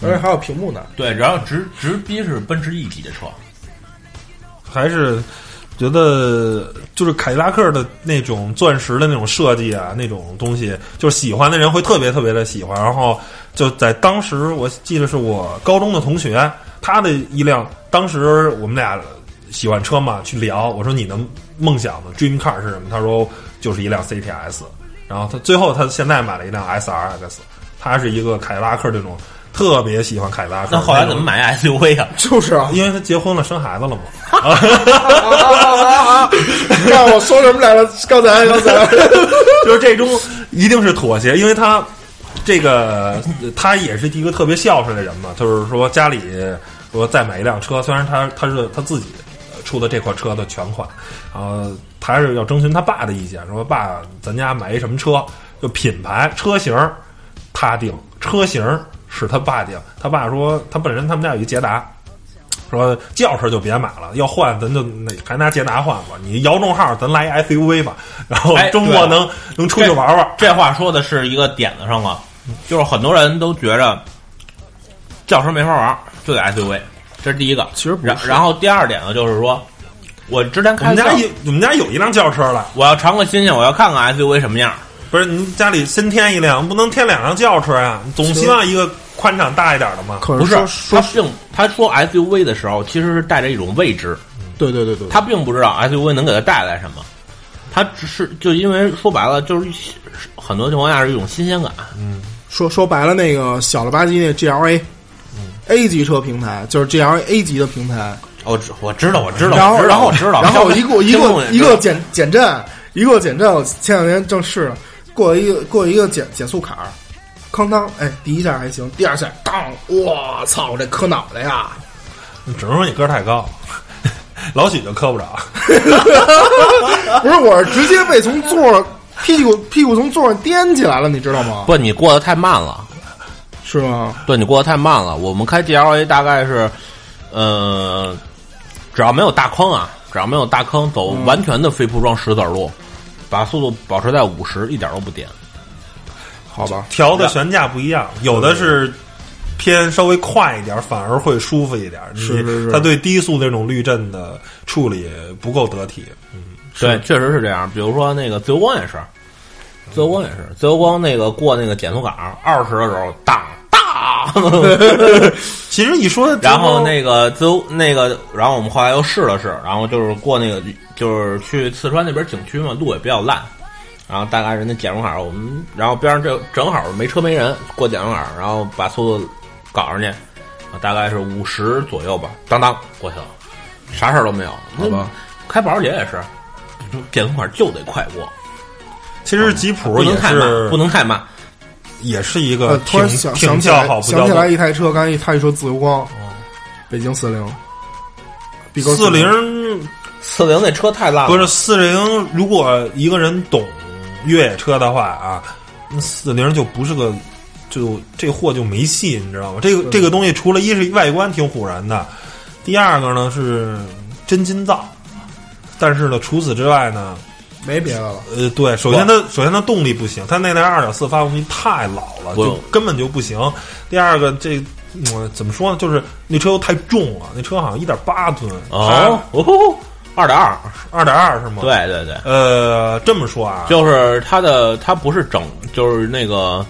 S3: 而且还有屏幕呢，
S4: 对，然后直直逼是奔驰 E 级的车，
S2: 还是觉得就是凯迪拉克的那种钻石的那种设计啊，那种东西，就是喜欢的人会特别特别的喜欢。然后就在当时，我记得是我高中的同学，他的一辆，当时我们俩喜欢车嘛，去聊，我说你的梦想的 dream car 是什么？他说就是一辆 CTS。然后他最后他现在买了一辆 SRX，它是一个凯迪拉克这种。特别喜欢凯撒。
S4: 那后来怎么？买 SUV 呀？
S3: 就是 啊，
S2: 因为他结婚了，生孩子了嘛。
S3: 你看我说什么来了？刚才刚才
S2: 就是这中一定是妥协，因为他这个他也是一个特别孝顺的人嘛，就是说家里说再买一辆车，虽然他他是他自己出的这款车的全款，然后他是要征询他爸的意见，说爸，咱家买一什么车，就品牌、车型儿他定，车型儿是他爸定。他爸说他本人他们家有一捷达，说轿车就别买了，要换咱就那还拿捷达换吧。你摇中号，咱来一 SUV 吧。然后
S4: 哎
S2: 周末
S4: 对
S2: 能、 能出去玩玩。
S4: 这话说的是一个点子上了，就是很多人都觉着轿车没法玩，就得 SUV，这是第一个。
S3: 其实不是
S4: 然然后第二点呢，就是说我之前
S2: 我
S4: 开
S2: 们家
S4: 轿
S2: 有我们家有一辆轿车了，
S4: 我要尝个新鲜，我要看看 SUV 什么样。
S2: 不是您家里新添一辆，不能添两辆轿车啊，总希望一个宽敞大一点的嘛。
S3: 可
S4: 不
S3: 是
S4: 是
S3: 说，
S4: 他
S3: 说
S4: 并他说 SUV 的时候，其实是带着一种未知，
S3: 对对对对，
S4: 他并不知道 SUV 能给他带来什么，他只是就因为说白了，就是很多情况下是一种新鲜感。
S3: 说说白了，那个小了吧唧那 GLA。A 级车平台就是 G L A 级的平台，
S4: 我哦知我知道我知道，
S3: 然
S4: 我
S3: 后
S4: 知道
S3: 然后
S4: 我知道，
S3: 然后
S4: 消费
S3: 一 过一
S4: 听众
S3: 过
S4: 也
S3: 一
S4: 知道
S3: 过减减震，一过减震，我前两天正试了，过一个过一个减减速坎儿，哐当，哎，第一下还行，第二下当，我操，这磕脑袋呀！
S2: 只能说你个儿太高， 老许就磕不着。
S3: 不是，我是直接被从座儿屁股屁股从座上颠起来了，你知道吗？
S4: 不，你过得太慢了，
S3: 是吗？
S4: 对你过得太慢了。我们开 GLA 大概是，呃，只要没有大坑啊，只要没有大坑，走完全的非铺装石子儿路，把速度保持在五十，一点都不颠。
S3: 好吧，
S2: 调的
S3: 啊
S2: 悬架不一样，有的是偏稍微快一点，反而会舒服一点。你
S3: 是是是
S2: 它对低速那种滤震的处理不够得 体。
S4: 对，确实是这样。比如说那个自由光也是，自由光也是，自由光那个过那个减速杆二十的时候，当当，
S2: 其实一说，
S4: 然后那个自由那个，然后我们后来又试了试，然后就是过那个就是去四川那边景区嘛，路也比较烂，然后大概人家减速坎儿，我们然后边上这正好没车没人过减速坎儿，然后把速度搞上去，啊大概是五十左右吧，当当过去了，啥事儿都没有。好吧，开保时捷也是，减速坎儿就得快过，
S2: 其实吉普
S4: 不能
S2: 也
S4: 太慢，
S2: 是
S4: 不能太慢。
S2: 也是一
S3: 呃
S2: 个，
S3: 突
S2: 挺
S3: 然想
S2: 挺
S3: 想起
S2: 叫
S3: 来
S2: 好不
S3: 想
S2: 叫
S3: 起来
S2: 座。
S3: 一台车，刚才一他一说自由光，北京四零，比格
S2: 四零
S4: 四零那车太烂了，
S2: 不是四零，如果一个人懂越野车的话啊，那四零就不是个，就这货就没戏，你知道吗？这个这个东西，除了一是外观挺唬人的，第二个呢是真金造，但是呢，除此之外呢，
S3: 没别的了，
S2: 呃，对，首先它首先它动力不行，它那台二点四发动机太老了，
S4: 不
S2: 就根本就不行。第二个这。嗯，怎么说呢？就是那车又太重了，那车好像一点八吨，
S4: 哦，哦，二点二，
S2: 二点二是吗？，
S4: 对对对。
S2: 呃，这么说啊，
S4: 就是它的它不是整，就是那个，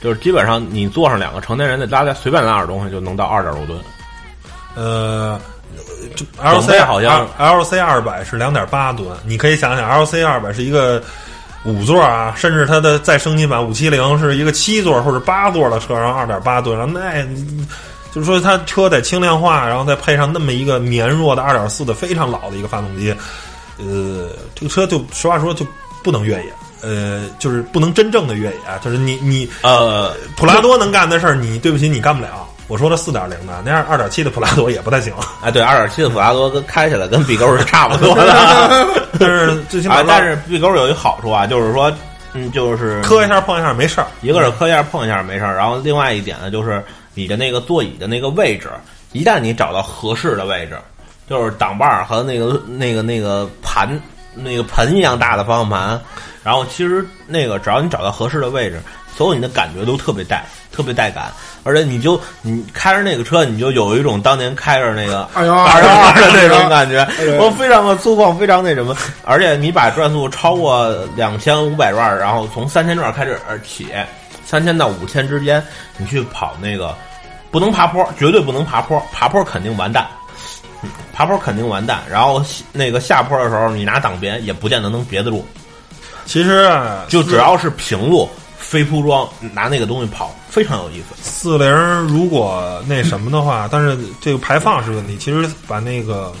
S4: 就是基本上你坐上两个成年人的，大家随便拉点东西就能到二点多吨。
S2: 呃，这
S4: 准备
S2: LC
S4: 好像
S2: LC 啊二百是两点八吨，你可以想想 LC 二百是一个五座啊，甚至它的再升级版五七零是一个七座或者八座的车，然后二点八吨，然后那你就是说它车得轻量化，然后再配上那么一个绵弱的二点四的非常老的一个发动机，呃，这个车就实话说就不能越野。呃，就是不能真正的越野，啊就是你你
S4: 呃，
S2: 普拉多能干的事儿，你对不起你干不了。我说的四点零的，那样二点七的普拉多也不太行。
S4: 哎，对，二点七的普拉多跟开起来跟 B 勾是差不多的
S2: 但是最 起码、
S4: 啊，但是 B 勾有一好处啊，就是说，嗯，就是
S2: 磕一下碰一下没事儿。
S4: 一个是磕一下碰一下没事儿，然后另外一点呢，就是你的那个座椅的那个位置，一旦你找到合适的位置，就是挡把儿和那个那个那个盘那个盆一样大的方向盘，然后其实那个只要你找到合适的位置，所有你的感觉都特别带，特别带感，而且你就你开着那个车，你就有一种当年开着那个
S3: 哎呦哎
S4: 二幺二的那种感觉
S3: 呦，
S4: 我非常的粗犷，非常那什么，而且你把转速超过两千五百转，然后从三千转开始呃起，三千到五千之间，你去跑那个，不能爬坡，绝对不能爬坡，爬坡肯定完蛋。嗯爬坡肯定完蛋，然后那个下坡的时候，你拿挡别也不见得能别得住，
S2: 其实啊
S4: 就只要是平路、非铺装，拿那个东西跑非常有意思。
S2: 四零如果那什么的话，但是这个排放是问题。其实把那个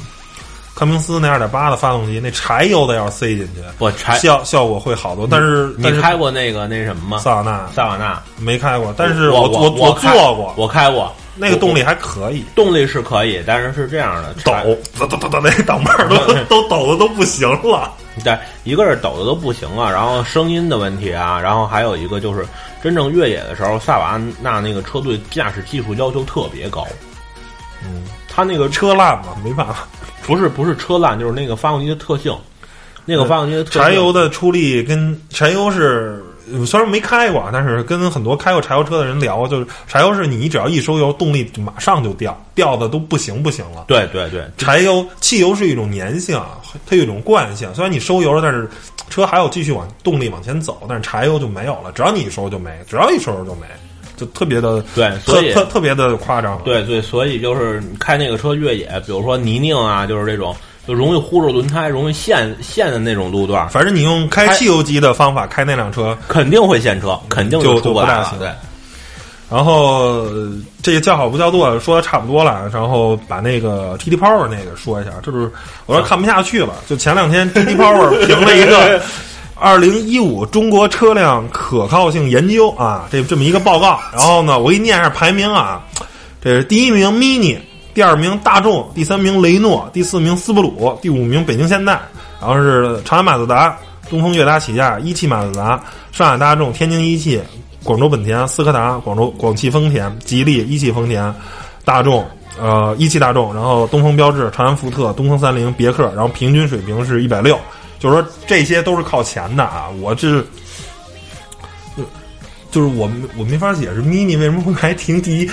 S2: 康明斯那二点八的发动机那柴油的要是塞进去，
S4: 我柴，
S2: 效效果会好多。但是
S4: 你
S2: 但是
S4: 开过那个那什么吗？
S2: 萨瓦纳
S4: 萨瓦纳，
S2: 没开过，但是
S4: 我
S2: 我
S4: 我
S2: 坐
S4: 开
S2: 过，
S4: 我开过
S2: 那个动
S4: 力
S2: 力还可以，
S4: 动力是可以，但是是这样的
S2: 抖
S4: 柴
S2: 抖抖抖抖，那挡把都都抖的都不行了。
S4: 对，一个是抖的都不行啊了，然后声音的问题啊，然后还有一个就是真正越野的时候，萨瓦纳那个车对驾驶技术要求特别高。
S2: 嗯，
S4: 它那个
S2: 车烂嘛，没办法。
S4: 不是不是车烂，就是那个发动机的特性，那个发动机的特
S2: 嗯
S4: 性
S2: 柴油的出力跟柴油是。呃虽然没开过，但是跟很多开过柴油车的人聊，就是柴油是你只要一收油，动力就马上就掉，掉的都不行不行了。
S4: 对对对，
S2: 柴油、汽油是一种粘性，啊它有一种惯性。虽然你收油了，但是车还有继续往动力往前走，但是柴油就没有了。只要你一收就没，只要一收就没，就特别的
S4: 对
S2: 特
S4: 所以
S2: 特特别的夸张。，
S4: 对对，所以就是你开那个车越野，比如说泥泞啊，就是这种就容易忽着轮胎，容易陷陷的那种路段，
S2: 反正你用开汽油机的方法开那辆车，
S4: 肯定会陷车，肯定
S2: 就
S4: 出不
S2: 就不
S4: 来
S2: 大
S4: 了
S2: 行。
S4: 对，
S2: 然后呃这个叫好不叫座说的差不多了，然后把那个 TT Power 那个说一下，这不是我要看不下去了，就前两天 TT Power 评了一个。二零一五中国车辆可靠性研究啊，这这么一个报告。然后呢，我给你念一下排名啊，这是第一名 Mini，第二名大众，第三名雷诺，第四名斯布鲁，第五名北京现代，然后是长安马自达、东风悦达起亚、一汽马自达、上海大众、天津一汽、广州本田、斯柯达、广州广汽丰田、吉利、一汽丰田、大众。呃，一汽大众，然后东风标致、长安福特、东风三菱、别克，然后平均水平是一百六，就是说这些都是靠前的啊。我这呃就是我没我没法解释 mini 为什么会排停第一，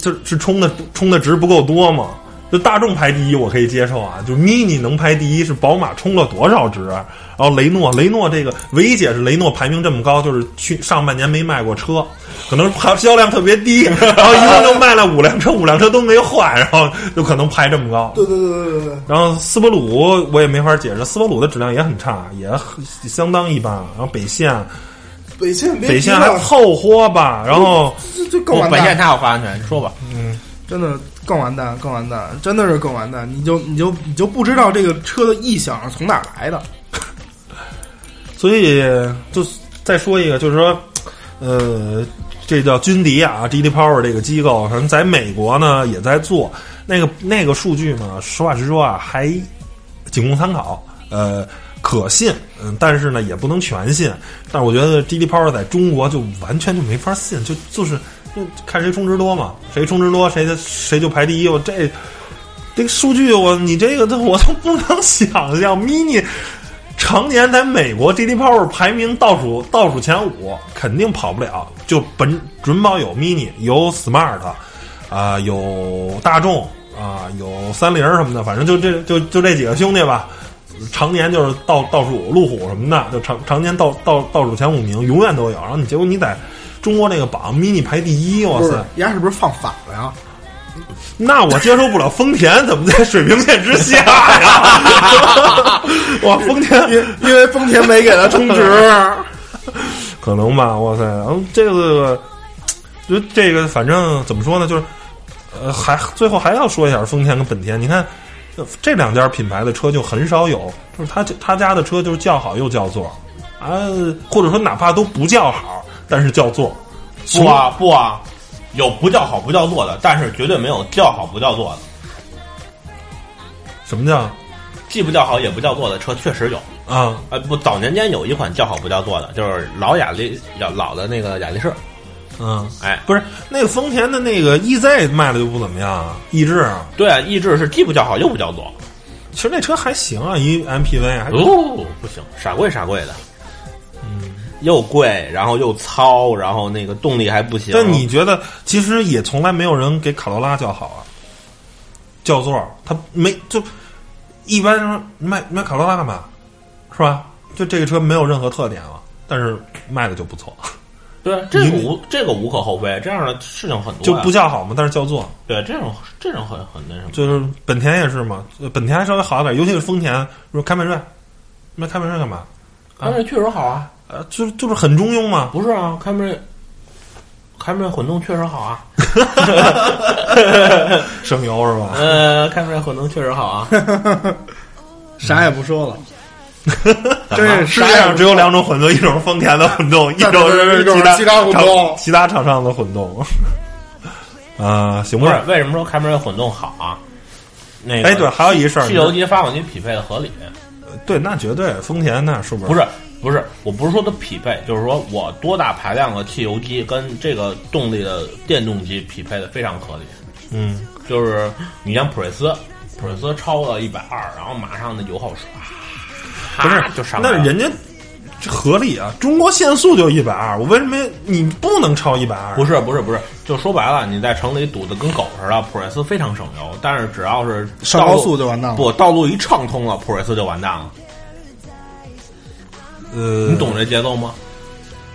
S2: 就是是冲的冲的值不够多嘛？就大众排第一我可以接受啊，就 mini 能排第一是宝马冲了多少值？啊然后雷诺，雷诺这个唯一解释雷诺排名这么高，就是去上半年没卖过车，可能还销量特别低，然后一共就卖了五辆车，五辆车都没换，然后就可能排这么高。
S3: 对对对对对对，
S2: 然后斯波鲁我也没法解释，斯波鲁的质量也很差，也很相当一般。然后北线，
S3: 北线别
S2: 北
S3: 提
S2: 线还
S3: 了，
S2: 凑合吧，然后。
S3: 这这更
S4: 我
S3: 完
S4: 本线
S3: 蛋，
S4: 它有发安全，你说吧。
S3: 真的更完蛋，更完蛋，真的是更完蛋，你就你就你就不知道这个车的异响是从哪儿来的。
S2: 所以就再说一个，就是说，呃，这叫军迪啊，GD Power 这个机构，反正在美国呢也在做那个那个数据呢，实话实说啊，还仅供参考，呃，可信，嗯，但是呢也不能全信。但是我觉得 GD Power 在中国就完全就没法信，就就是就看谁充值多嘛，谁充值多谁就谁就排第一，我这。这个数据我你这个都我都不能想象，mini 常年在美国 GD Power 排名倒数倒数前五，肯定跑不了。就本准保有 Mini，有 Smart，啊、有大众啊、有三菱什么的，反正就这就就这几个兄弟吧。常年就是倒倒数路虎什么的，就常常年倒倒倒数前五名，永远都有。然后你结果你在中国这个榜 mini 排第一，哇
S3: 不是
S2: 塞！，
S3: 人家是不是放反了呀？
S2: 那我接受不了丰田怎么在水平线之下呀？ 哇，丰田
S3: 因因为丰田没给他充值，
S2: 可能吧，哇塞，然后这个，就这个，反正怎么说呢，就是，呃，还最后还要说一下丰田跟本田，你看这这两家品牌的车就很少有，就是他他家的车就是叫好又叫座，啊，或者说哪怕都不叫好，但是叫座，
S4: 不啊不啊，有不叫好不叫座的，但是绝对没有叫好不叫座的。
S2: 什么叫
S4: 既不叫好也不叫座的车确实有，
S2: 啊？
S4: 呃，不，早年间有一款叫好不叫座的，就是老雅力，老老的那个雅力士，
S2: 嗯，
S4: 哎，
S2: 不是那个丰田的那个 EZ 卖的就不怎么样啊，逸致啊，
S4: 对啊，逸致是既不叫好又不叫座，
S2: 其实那车还行啊，一 MPV 还
S4: 哦，不行，傻贵傻贵的，嗯，又贵，然后又糙，然后那个动力还不行。
S2: 但你觉得，其实也从来没有人给卡罗拉叫好啊，叫座儿，他没就一般人说你买你买卡罗拉干嘛，是吧？就这个车没有任何特点了，但是卖的就不错，
S4: 对啊这个
S2: 你
S4: 无这个无可厚非，这样的事情很多
S2: 就
S4: 呀、
S2: 不叫好嘛，但是叫座，
S4: 对这种这种很很那什么。
S2: 就是本田也是嘛，呃本田还稍微好一点，尤其是丰田，说凯美瑞，卖凯美瑞干嘛？
S4: 凯美瑞确实好啊，
S2: 呃，就就是很中庸嘛，
S4: 不是啊，凯美瑞，凯美瑞混动确实 好啊，
S2: 省油是吧？
S4: 呃，凯美瑞混动确实好啊，
S5: 啥也不说了。
S2: 世
S3: 真是
S2: 界
S3: 啥
S2: 上
S3: 也
S2: 只有两种混动，一种是丰田的混 动，一种
S3: 一
S2: 其
S3: 种是
S2: 他
S3: 其他混动
S2: 厂其他厂商的混动。 啊，行
S4: 不是
S2: 吧。
S4: 为什么说凯美瑞混动好啊？那个
S2: 哎，对，还有一事儿，
S4: 汽油机发动机匹配的合理，
S2: 对，那绝对丰田那是不是？
S4: 不是不是，我不是说它匹配，就是说我多大排量的汽油机跟这个动力的电动机匹配的非常合理。
S2: 嗯，
S4: 就是你像普锐斯，普锐斯超了一百二，然后马上那油耗唰，
S2: 不是
S4: 啊就上来
S2: 那
S4: 了
S2: 人家这合理啊，中国限速就一百二，我为什么你不能超一百二？
S4: 不是不是不是，就说白了，你在城里堵得跟狗似的，普锐斯非常省油，但是只要是
S3: 上
S4: 道路
S3: 高速就完蛋了
S4: 不，道路一畅通了，普锐斯就完蛋了。
S2: 呃，
S4: 你懂这节奏吗？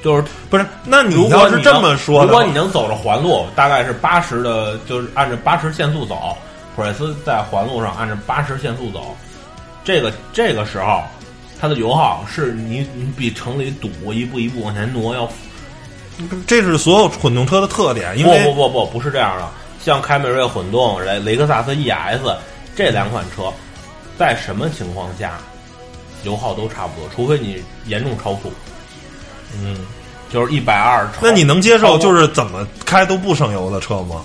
S4: 就是
S2: 不是？那你
S4: 如
S2: 要
S4: 果
S2: 是
S4: 你
S2: 这
S4: 能
S2: 么说的
S4: 如
S2: 话，
S4: 果你能走着环路，大概是八十的，就是按照八十限速走，普锐斯在环路上按照八十限速走，这个这个时候，它的油耗是你你比城里堵一步一步往前挪要
S2: 这是所有混动车的特点，因
S4: 不
S2: 为
S4: 不不不不是这样的，像凯美瑞混动、雷雷克萨斯 ES 这两款车，在什么情况下油耗都差不多，除非你严重超速，
S2: 嗯，
S4: 就是一百二。
S2: 那你能接
S4: 超
S2: 受
S4: 过
S2: 就是怎么开都不省油的车吗？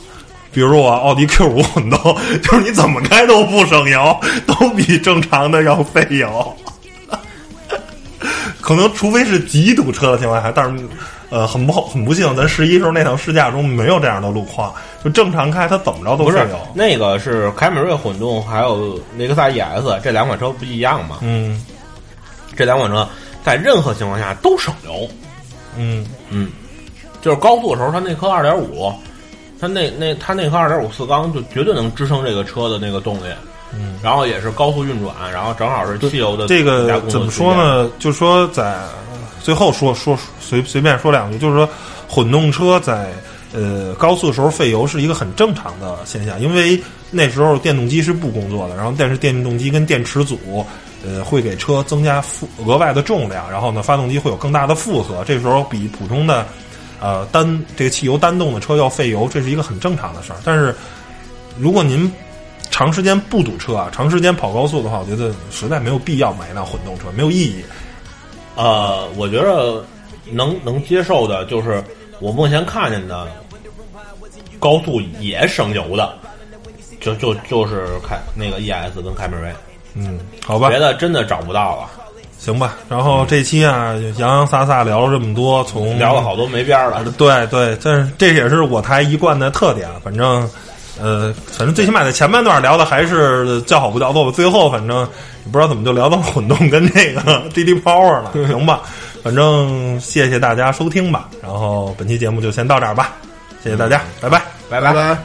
S2: 比如我奥迪 Q 五 混动，就是你怎么开都不省油， 都比正常的要费油。 可能除非是极堵车的情况下，但是呃，很不好，很不幸，咱十一时候那场试驾中没有这样的路况，就正常开它怎么着都
S4: 不
S2: 费
S4: 是
S2: 油。
S4: 那个是凯美瑞混动还有雷克萨斯 ES 这两款车不一样吗？
S2: 嗯
S4: 这两款车在任何情况下都省油，
S2: 嗯，
S4: 嗯，就是高速的时候，它那颗二点五，它那那它那颗二点五四缸就绝对能支撑这个车的那个动力。嗯，然后也是高速运转，然后正好是汽油的
S2: 这
S4: 加
S2: 个
S4: 工的
S2: 怎么说呢？就说在最后说说随随便说两句，就是说混动车在呃高速的时候费油是一个很正常的现象，因为那时候电动机是不工作的，然后但是电动机跟电池组。呃，会给车增加负额外的重量，然后呢，发动机会有更大的负荷，这时候比普通的，呃，单这个汽油单动的车要费油，这是一个很正常的事儿。但是，如果您长时间不堵车啊，长时间跑高速的话，我觉得实在没有必要买一辆混动车，没有意义。
S4: 这个。呃，我觉得能能接受的，就是我目前看见的高速也省油的，就就就是凯那个 ES 跟凯美瑞，
S2: 嗯，好吧
S4: 别，的真的找不到了，
S2: 行吧。然后这期啊，洋洋洒洒聊了这么多，从
S4: 聊了好多没边儿了。
S2: 对对，但是这也是我台一贯的特点。啊反正，呃，反正最起码在前半段聊的还是叫好不叫座吧。最后反正也不知道怎么就聊到混动跟这个 DD Power 了，行吧。反正
S4: 嗯
S2: 谢谢大家收听吧。然后本期节目就先到这儿吧，谢谢大家，拜拜。
S4: 拜
S3: 拜拜。